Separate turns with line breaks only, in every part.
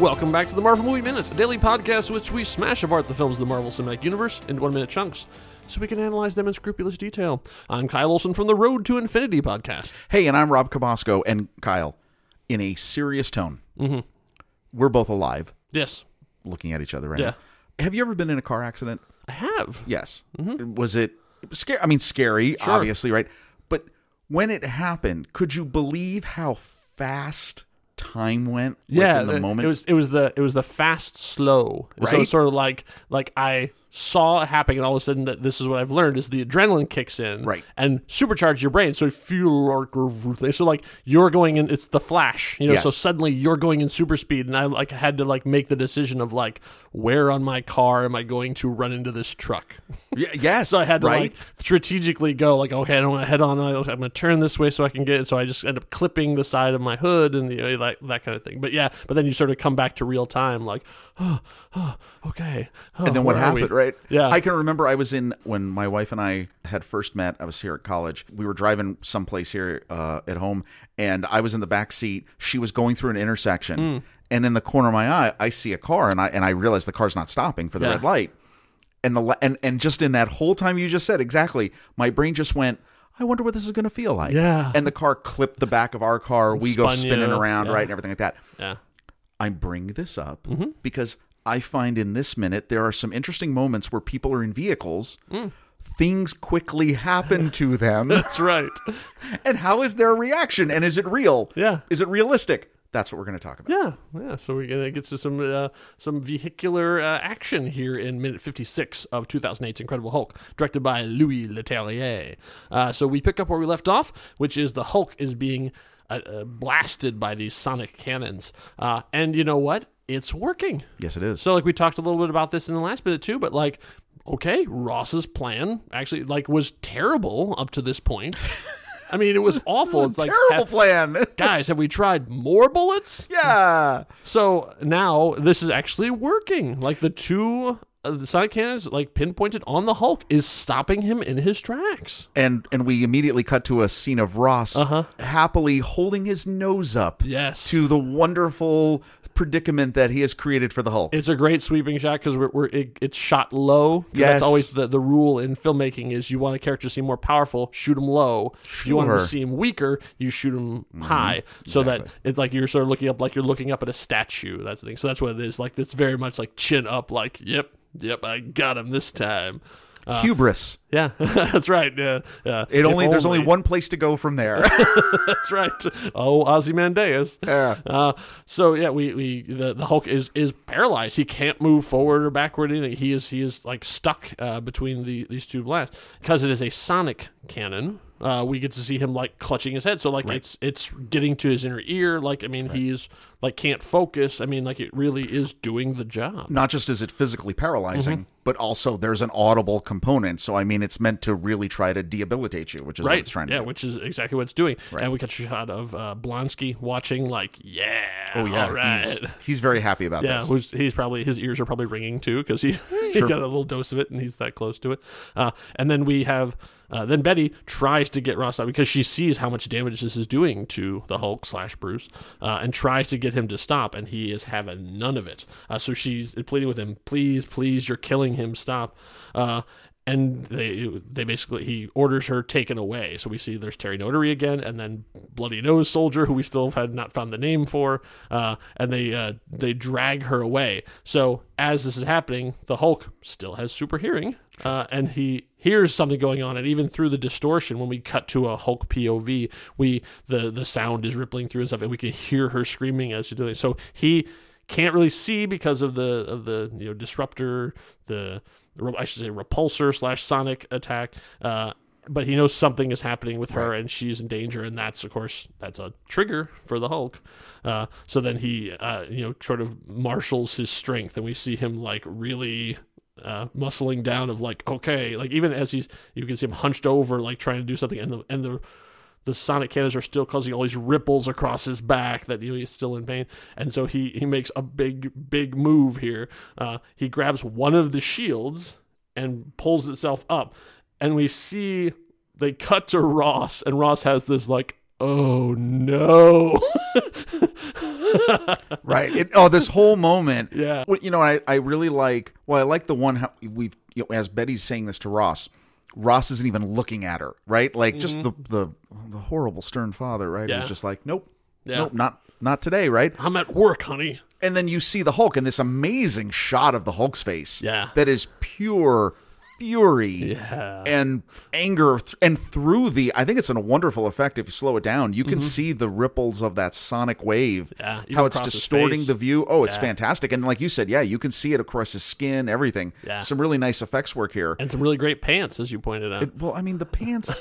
Welcome back to the Marvel Movie Minute, a daily podcast in which we smash apart the films of the Marvel Cinematic Universe into one minute chunks so we can analyze them in scrupulous detail. I'm Kyle Olson from the Road to Infinity podcast.
Hey, and I'm Rob Cabasco and Kyle. In a serious tone, mm-hmm. we're both alive,
Yes,
looking at each other right
Yeah.
now. Have you ever been in a car accident?
I have.
Yes.
Mm-hmm.
Was it scary? I mean, scary, obviously, right? But when it happened, could you believe how fast time went? like,
yeah,
in the,
the-
moment.
it was it was the it was the fast slow. So
Right?
it's sort of like like I saw it happening, and all of a sudden that this is what I've learned is the adrenaline kicks in,
Right.
and supercharges your brain. So you feel like so like you're going in. It's the flash, you know.
Yes.
So suddenly you're going in super speed, and I like had to like make the decision of like where on my car am I going to run into this truck?
Y- yes.
So I had to
right?
like strategically go like, okay, I don't want to head on. I'm going to turn this way so I can get it. So I just end up clipping the side of my hood and the, uh, that, that kind of thing. But yeah, but then you sort of come back to real time, like, oh, oh, okay. oh,
and then what
where are we?
happened, right?
Yeah.
I can remember I was in when my wife and I had first met. I was here at college. We were driving someplace here uh, at home, and I was in the back seat. She was going through an intersection,
Hmm.
and in the corner of my eye, I see a car, and I and I realize the car's not stopping for the
Yeah.
red light. And the la- and and just in that whole time you just said exactly, my brain just went. I wonder what this is going to feel like.
Yeah.
And the car clipped the back of our car. We go
Spun you.
spinning around,
Yeah.
right, and everything like that.
Yeah.
I bring this up
Mm-hmm.
because I find in this minute there are some interesting moments where people are in vehicles.
Mm.
Things quickly happen to them.
That's right.
and how is their reaction? And is it real?
Yeah.
Is it realistic? That's what we're going to talk about.
Yeah. Yeah. So we're going to get to some, uh, some vehicular uh, action here in minute 56 of 2008's Incredible Hulk, directed by Louis Leterrier. Uh, so we pick up where we left off, which is the Hulk is being uh, uh, blasted by these sonic cannons. Uh, and you know what? It's working.
Yes, it is.
So like we talked a little bit about this in the last minute too, but like okay, Ross's plan actually like was terrible up to this point. I mean, it was awful. It's like
Terrible
ha-
plan.
guys, have we tried more bullets?
yeah.
So now this is actually working. Like the two uh, the sonic cannons like pinpointed on the Hulk is stopping him in his tracks.
And and we immediately cut to a scene of Ross happily holding his nose up
Uh-huh. Yes.
to the wonderful predicament that he has created for the Hulk.
It's a great sweeping shot because we're, we're it, it's shot low. 'Cause
Yes.
that's always the, the rule in filmmaking is you want a character to seem more powerful, shoot him low. If you want him to
Sure. Mm-hmm.
seem weaker, you shoot him high, so that it's like you're sort of looking up, like you're looking up at a statue. That's the thing. So that's what it is. Like it's very much like chin up. Like yep, yep, I got him this time.
Hubris.
Yeah, that's right. Yeah, yeah.
It
uh, If
only there's only one place to go from there.
That's right. Oh, Ozymandias.
Yeah.
Uh, so yeah, we, we the, the Hulk is is paralyzed. He can't move forward or backward. Anything. He is he is like stuck uh, between the these two blasts because it is a sonic cannon. Uh, we get to see him like clutching his head. So like it's it's getting to his inner ear. Like I mean, he's like can't focus. I mean, like it really is doing the job.
not just is it physically
Mm-hmm.
paralyzing, but also there's an audible component. So I mean, it's meant to really try to debilitate you, which is what
Right.
it's trying to
yeah,
do.
which is exactly what it's doing. And we catch a shot of uh, Blonsky watching, like, yeah, oh all right.
he's, he's very happy about
Yeah,
this.
who's, he's probably his ears are probably ringing too because he he got a little dose of it and he's that close to it. Uh, and then we have uh, then Betty tries to get Ross out because she sees how much damage this is doing to the Hulk slash Bruce uh, and tries to get him to stop and he is having none of it. Uh, so she's pleading with him, please, please, you're killing him, stop. Uh, and they they basically he orders her taken away. So we see there's Terry Notary again, and then Bloody Nose Soldier, who we still had not found the name for, uh, and they uh, they drag her away. So as this is happening, the Hulk still has super hearing, uh, and he hears something going on, and even through the distortion, when we cut to a Hulk POV, we the the sound is rippling through and stuff, and we can hear her screaming as she's doing. it. So he can't really see because of the of the you know disruptor the re- I should say repulsor slash sonic attack. Uh, but he knows something is happening with her and she's in danger, and that's of course that's a trigger for the Hulk. Uh, so then he uh, you know sort of marshals his strength, and we see him like really. Uh, muscling down of like okay like even as he's you can see him hunched over like trying to do something and the and the the sonic cannons are still causing all these ripples across his back that you know he's still in pain and so he he makes a big big move here uh, he grabs one of the shields and pulls itself up and we see they cut to ross and ross has this like oh no
right? It, oh, this whole moment.
Yeah.
Well, You know, I, I really like, well, I like the one how we've, you know, as Betty's saying this to Ross, Ross isn't even looking at her, right? Like just the, the, the horrible stern father, right?
Mm-hmm. Yeah.
Who's just like, nope,
Yeah.
nope, not, not today, right?
I'm at work, honey.
And then you see the Hulk in this amazing shot of the Hulk's face.
Yeah.
That is pure fury
Yeah.
and anger th- and through the i think it's a wonderful effect if you slow it down you can see the ripples of that sonic wave
Mm-hmm. Yeah, even
how it's
across his
distorting
face.
the view oh it's
Yeah.
fantastic and like you said yeah you can see it across his skin everything
Yeah.
some really nice effects work here
And some really great pants, as you pointed out.
well i mean the pants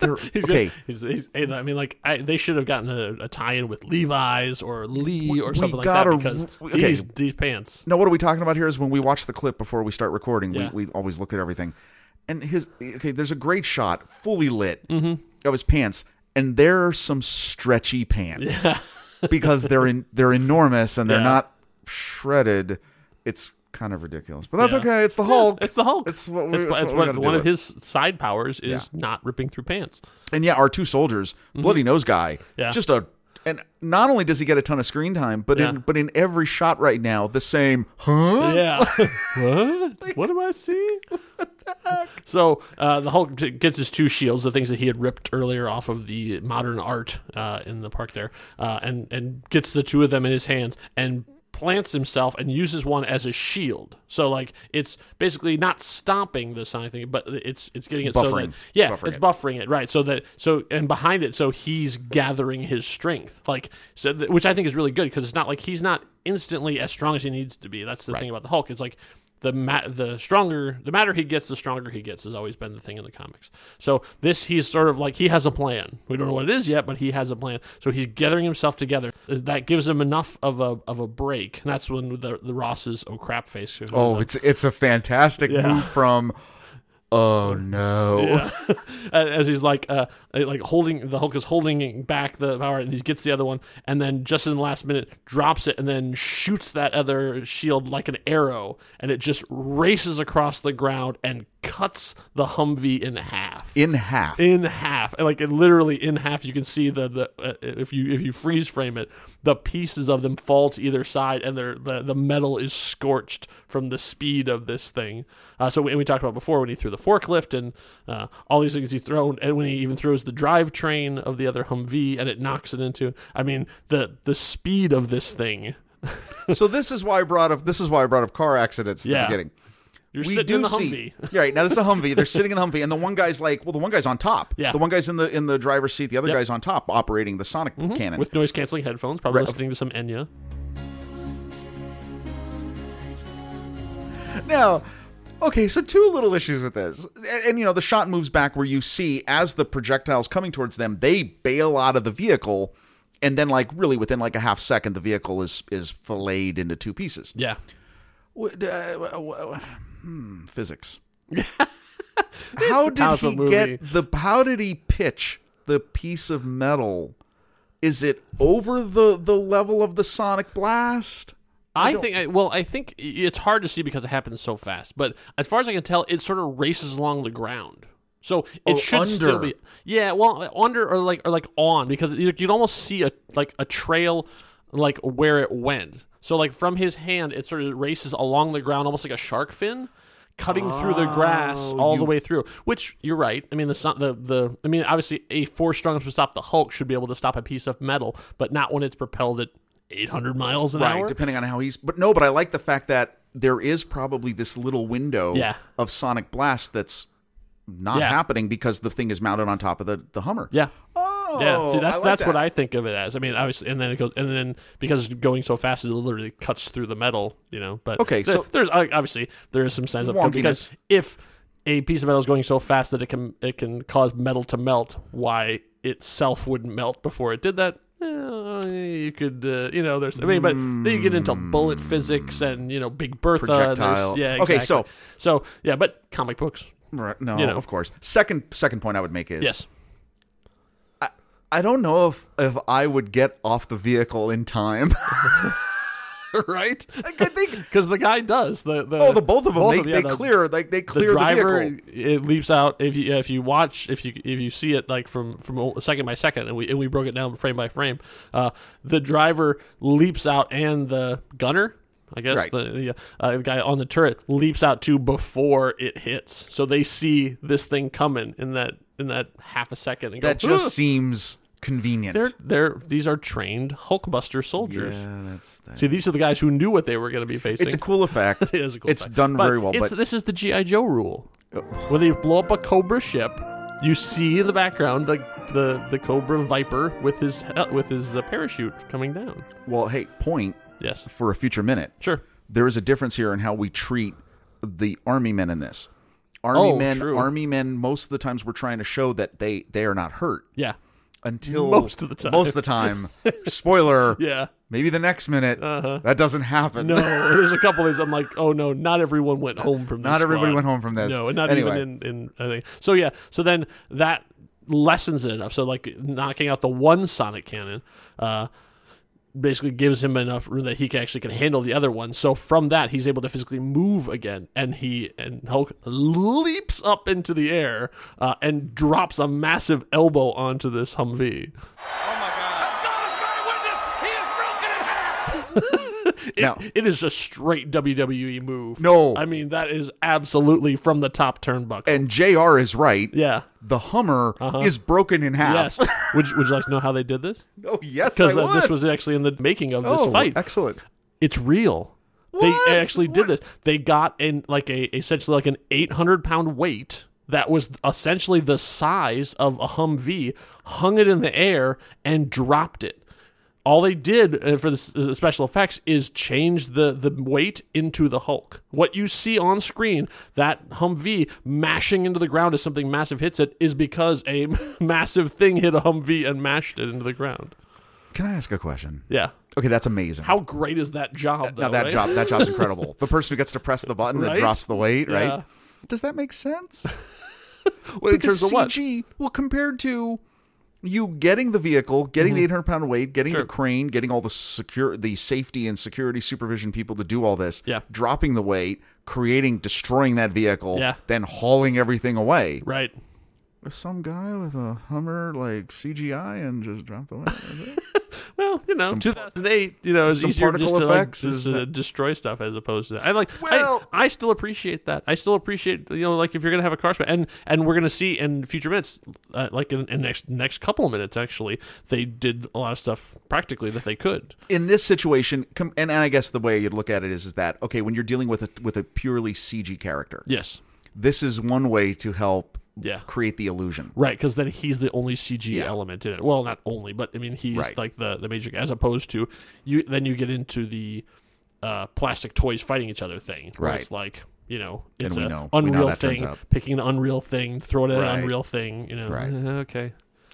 they're
He's
okay
good. He's, he's, hey, I mean, like I, they should have gotten a, a tie-in with Levi's or Lee or
we
something like that
gotta-
because
we- okay.
these these pants.
No, what are we talking about here is when we watch the clip before we start recording,
Yeah.
we, we always look at everything. And his, okay, there's a great shot, fully lit,
Mm-hmm.
of his pants. And there are some stretchy pants because they're in, they're enormous and they're
Yeah.
not shredded. It's kind of ridiculous, but that's
Yeah.
okay. It's the Hulk.
It's the Hulk.
It's what we- it's what we gotta do
one of
with.
his side powers is not ripping through pants.
and yeah, our two soldiers, bloody nose guy,
Mm-hmm. Yeah.
just a. And not only does he get a ton of screen time, but
Yeah.
in but in every shot right now, the same, huh?
Yeah. what? What am I seeing? So uh, the Hulk t- gets his two shields, the things that he had ripped earlier off of the modern art uh, in the park there, uh, and and gets the two of them in his hands and plants himself and uses one as a shield. So like it's basically not stopping the sonic thing, but it's it's getting it so that
Buffering.
yeah,
Buffering
it's
it.
buffering it right. So that so and behind it, so he's gathering his strength, like so, th- which I think is really good because it's not like he's not instantly as strong as he needs to be. That's the thing about the Hulk. It's like the ma- the stronger the matter he gets, the stronger he gets has always been the thing in the comics. So this he's sort of like he has a plan. We don't know what it is yet, but he has a plan. So he's gathering himself together. That gives him enough of a of a break. And that's when the the Ross's oh crap face.
Oh, it's it's a fantastic
Yeah.
move from. Oh no!
Uh, as he's like uh like holding the Hulk is holding back the power and he gets the other one and then just in the last minute drops it and then shoots that other shield like an arrow and it just races across the ground and cuts the Humvee in half.
In half.
in half, and like it literally in half. You can see the the uh, if you if you freeze frame it, the pieces of them fall to either side, and they're, the the metal is scorched from the speed of this thing. Uh, so and we talked about before when he threw the forklift and uh, all these things he thrown, and when he even throws the drivetrain of the other Humvee and it knocks it into. I mean the the speed of this thing.
so this is why I brought up this is why I brought up car accidents at
Yeah.
the beginning.
You're sitting in the
see
Humvee.
Yeah, right now. This is a Humvee. They're sitting in the Humvee, and the one guy's like, "Well, the one guy's on top.
Yeah.
The one guy's in the in the driver's seat. The other guy's on top, operating the sonic cannon."
Mm-hmm. With noise canceling headphones, probably
Right.
listening to some Enya.
now, okay, so two little issues with this, and, and, you know the shot moves back where you see as the projectiles coming towards them, they bail out of the vehicle, and then like really within like a half second, the vehicle is is filleted into two pieces.
Yeah.
Would, uh, w- w- w- hmm, physics. how did
type of
he
movie.
get the? How did he pitch the piece of metal? Is it over the the level of the sonic blast?
I think I, well, I think i- it's hard to see because it happens so fast. But as far as I can tell, it sort of races along the ground. So it should still
under.
be yeah, well, under or like or like on because you- you'd almost see a like a trail like where it went. So like from his hand, it sort of races along the ground, almost like a shark fin, cutting through the grass all the way through. Which you're right. I mean, the son- the the I mean, obviously, a force strong enough to stop the Hulk should be able to stop a piece of metal, but not when it's propelled at 800 miles an hour.
depending on how he's. But no, but I like the fact that there is probably this little window
Yeah.
of sonic blast that's not
Yeah.
happening because the thing is mounted on top of the the Hummer.
Yeah.
Oh,
Yeah, see, that's
I like
that's
that.
what I think of it as. I mean, obviously, and then it goes, and then because it's going so fast, it literally cuts through the metal, you know. But
Okay,
there-
so-
there's uh, obviously there is some signs of
Wonkiness.
because if a piece of metal is going so fast that it can it can cause metal to melt, why itself wouldn't melt before it did that? Eh, you could, uh, you know, there's. I mean, but then you get into bullet physics and you know, Big Bertha. and there's-
Hmm. Projectile.
Yeah.
Okay,
Exactly.
so-
so yeah, but comic books.
Right, no,
you know.
of course. Second second point I would make is
Yes.
I don't know if if I would get off the vehicle in time.
right?
Like, I think
Because the guy does the, the
oh, the both of them they,
yeah,
they
the-
clear like they
the
clear the,
driver
vehicle.
it leaps out if you if you watch if you if you see it like from from second by second and we and we broke it down frame by frame uh the driver leaps out and the gunner I guess
Right.
the the, uh, the guy on the turret leaps out too before it hits so they see this thing coming in that in that half a second and
That
go,
just
"Ugh."
seems convenient.
they're they're these are trained Hulkbuster soldiers
yeah, that's that.
see these are the guys who knew what they were going to be facing
it's a cool effect.
it is a cool
it's
effect.
done
But
very well,
it's-
but Oh.
this is the GI Joe rule. When they blow up a Cobra ship, you see in the background the the, the Cobra Viper with his uh, with his uh, parachute coming down.
well, hey, point
Yes,
for a future minute.
sure.
there is a difference here in how we treat the army men in this. Army
Oh,
men,
true.
army men. Most of the times, we're trying to show that they they are not hurt
Yeah,
until
Most of the time.
Most of the time, spoiler.
yeah. Uh-huh.
Maybe the next minute that doesn't happen.
No, there's a couple of these. I'm like, oh no, not everyone went home from this.
Not everybody
squad.
went home from this.
No, and not
Anyway.
even in in I think. So yeah, so then that lessens it enough. So like knocking out the one sonic cannon, uh, basically gives him enough room that he can actually can handle the other one. So from that, he's able to physically move again, and he and Hulk leaps up into the air uh, and drops a massive elbow onto this Humvee.
Oh my God.
God is my witness. He is broken in half.
It,
Now-
it is a straight WWE move.
No.
I mean that is absolutely from the top turnbuckle.
And Jr. is right.
yeah.
The Hummer is broken in half.
Uh-huh. Yes. would you, Would you like to know how they did this?
oh yes, I
Because uh, this
would.
was actually in the making of this
oh,
fight.
excellent.
It's real.
What?
They actually did this. They got in like a essentially like an 800 pound weight that was essentially the size of a Humvee, hung it in the air and dropped it. All they did uh, for the s- uh, special effects is change the, the weight into the Hulk. What you see on screen, that Humvee mashing into the ground as something massive hits it, is because a massive thing hit a Humvee and mashed it into the ground.
Can I ask a question?
Yeah.
Okay, that's amazing.
How great is that job? Though,
Uh, now that
right?
job that job's incredible. The person who gets to press the button
Right?
that drops the weight,
Yeah.
right? Does that make sense?
Well, in terms
Because
of what?
CG, well, compared to you getting the vehicle, getting the 800 pound weight, getting
Mm-hmm. Sure.
the crane, getting all the secure, the safety and security supervision people to do all this,
Yeah.
dropping the weight, creating, destroying that vehicle,
Yeah.
then hauling everything away.
Right.
Some guy with a Hummer, like CGI, and just drop the weight. is it?
Well, you know, 2008, you know, it's
some
easier just
particle
to, like,
effects,
just
is
to
that-
destroy stuff as opposed to I like
Well-
I, I still appreciate that. I still appreciate you know like if you're going to have a car smash and and we're going to see in future minutes uh, like in, in next next couple of minutes actually they did a lot of stuff practically that they could.
in this situation, com- and, and I guess the way you'd look at it is, is that okay when you're dealing with a with a purely CG character,
Yes.
this is one way to help
Yeah.
create the illusion.
Right, because then he's the only CG
Yeah.
element in it. Well, not only, but I mean, he's
Right.
like the the major. As opposed to you, then you get into the uh, plastic toys fighting each other thing. where
Right.
it's like you know, it's
we
an
know- we know how
unreal
that turns
thing,
out.
picking an unreal thing, throw it at
Right.
an unreal thing. You know, eh,
Right.
okay.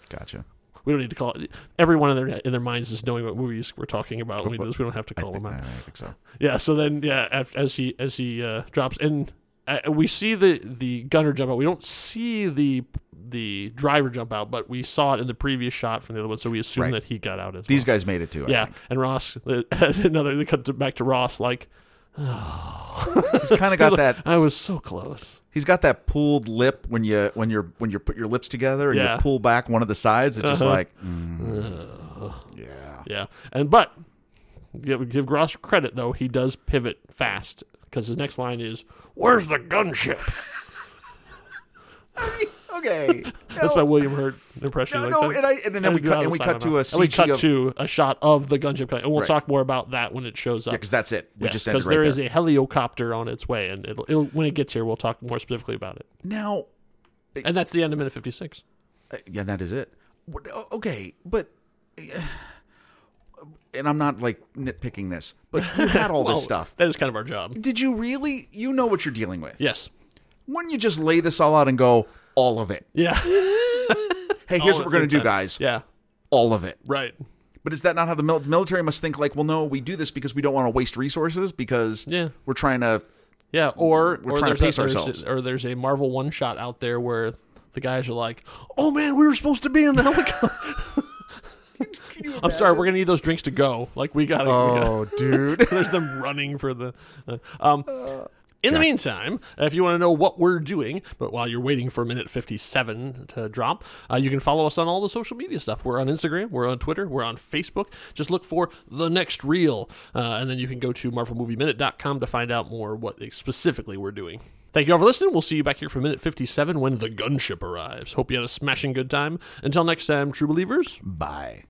Gotcha.
We don't need to call it. Everyone in their in their minds is knowing what movies we're talking about. when we do this. We don't have to call them out.
I think so.
Yeah. So then, yeah, af- as he as he uh, drops, and uh, we see the the gunner jump out. We don't see the the driver jump out, but we saw it in the previous shot from the other one, so we assume
Right.
that he got out as
These
well.
guys made it too. I
Yeah,
think.
and Ross another. They cut to, back to Ross. Like
he's kind of got that.
I was so close.
He's got that pulled lip when you when you're when you put your lips together and
Yeah.
you pull back one of the sides. It's just
Uh-huh.
like, mm. yeah,
Yeah, and but give, give Ross credit though. He does pivot fast because his next line is, "Where's the gunship?"
okay.
That's my
No,
William Hurt impression.
no,
like
no,
that.
and I and then we
do
cut
all
and we
this, I don't
cut to
know.
a
And we cut
CG of
to a shot of the gunship, and we'll
Right.
talk more about that when it shows up.
because that's it. We
Yeah,
just ended right
there
there.
is a helicopter on its way, and it'll, it'll, when it gets here, we'll talk more specifically about it.
now,
And that's the end of minute fifty-six.
uh, yeah, that is it. What- o- Okay, but. And I'm not like nitpicking this, but you had all
Well,
this stuff.
That is kind of our job.
Did you really? You know what you're dealing with.
Yes.
Wouldn't you just lay this all out and go all of it?
Yeah.
Hey,
All at
here's what we're
the
gonna
same
do,
time.
guys.
Yeah.
All of it.
Right.
But is that not how the mil- military must think? Like, well, no, we do this because we don't want to waste resources because
Yeah.
we're trying to.
Yeah. Or
We're
or
trying to
there's a-
pace
there's a-
ourselves.
or there's a Marvel one shot out there where the guys are like, "Oh man, we were supposed to be in the helicopter."
Can you
I'm sorry, we're gonna need those drinks to go. Like we gotta. we gotta
Oh, dude.
there's them running for the. uh, um, in the meantime, uh, if you want to know what we're doing, but while you're waiting for minute 57 to drop, uh, you can follow us on all the social media stuff. We're on Instagram, we're on Twitter, we're on Facebook. Just look for The Next Reel, uh, and then you can go to marvelmovieminute.com to find out more what specifically we're doing. Thank you all for listening. We'll see you back here for minute 57 when the gunship arrives. Hope you had a smashing good time. Until next time, true believers.
Bye.